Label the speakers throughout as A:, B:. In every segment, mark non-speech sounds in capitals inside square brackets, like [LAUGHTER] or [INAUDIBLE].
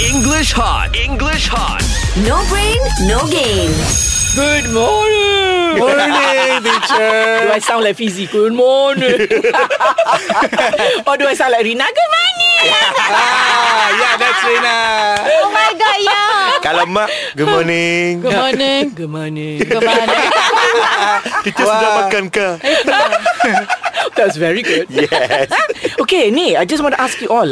A: English hot. English hot.
B: No brain, no game.
C: Good morning.
D: [LAUGHS]
C: Do
D: Morning, teacher.
C: I sound like Fizzy? Good morning. [LAUGHS] or do I sound like Rina? Good morning.
D: ah, yeah, that's Rina.
E: Oh my god, yeah.
D: Kalau mak, good morning.
C: Good morning. Good morning. [LAUGHS]
F: Kita wow. sedang makan ke?
C: That's very good.
D: Yes.
C: [LAUGHS] Okay, Nee, I just want to ask you all.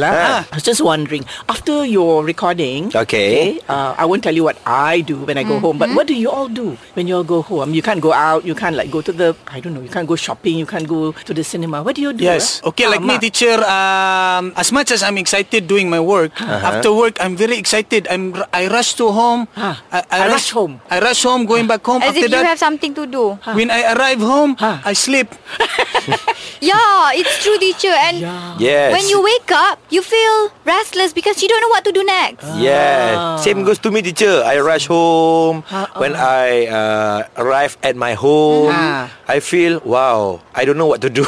C: lah.
F: Ah.
C: I was just wondering, after your recording,
D: Okay.
C: uh, I won't tell you what I do when I go home, but what do you all do when you all go home? You can't go out, you can't like go to the, I don't know, you can't go shopping, you can't go to the cinema. What do you do?
F: Yes.
C: ah?
F: Okay,
C: Ah,
F: like
C: Ma.
F: me, teacher. Um, as much as I'm excited doing my work,
D: Uh-huh.
F: after work I'm very excited. I'm r- I rush to home.
C: Ah, I rush home.
F: I rush home, going back home.
E: As
F: after
E: if you
F: that,
E: have something to do.
F: when I arrive home,
C: Ah.
F: I sleep.
E: Yeah, Ya, it's true, teacher. And
C: Yeah.
D: Ah. Yes.
E: when you wake up, you feel restless because you don't know what to do next.
D: Yes. Same goes to me, teacher. I rush home. When I uh, arrive at my home,
C: Ah.
D: I feel, wow, I don't know what to do.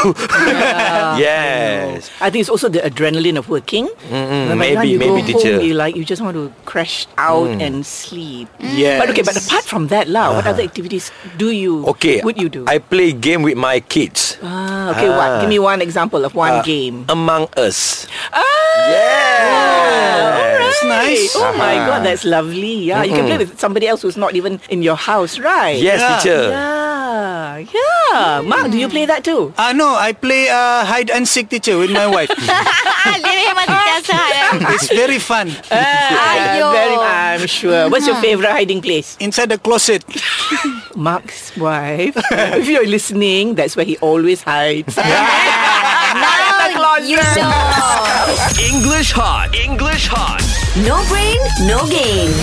D: [LAUGHS] yes.
C: I think it's also the adrenaline of working.
D: Mm-mm,
C: By the time
D: maybe,
C: you
D: maybe,
C: go
D: teacher. Mm.
C: Home, you like you just want to crash out and sleep.
F: Yes.
C: But okay, but apart from that, lah, what other activities do you?
D: Ah. Okay.
C: Would you do?
D: I play game with my kids.
C: ah, okay. What?
D: Ah.
C: Give me one example of one
D: Uh,
C: game.
D: Among Us.
C: Ah,
D: Yeah.
F: It's nice.
C: Oh my
D: Ah.
C: god, that's lovely. Yeah, you can play with somebody else who's not even in your house, right?
D: Yes,
F: Yeah.
D: teacher.
C: Yeah, yeah. Mark, do you play that too?
F: Ah no, I play uh, hide and seek, teacher, with my
D: [LAUGHS]
F: wife.
E: [LAUGHS] Dia memang tersiasat. eh.
F: it's very fun.
E: Ayo.
C: very, I'm sure. What's your favorite hiding place?
F: Inside the closet.
C: Mark's wife. [LAUGHS] if you're listening, that's where he always hides.
E: Now you know.
A: English hot. English hot.
B: No brain, no game.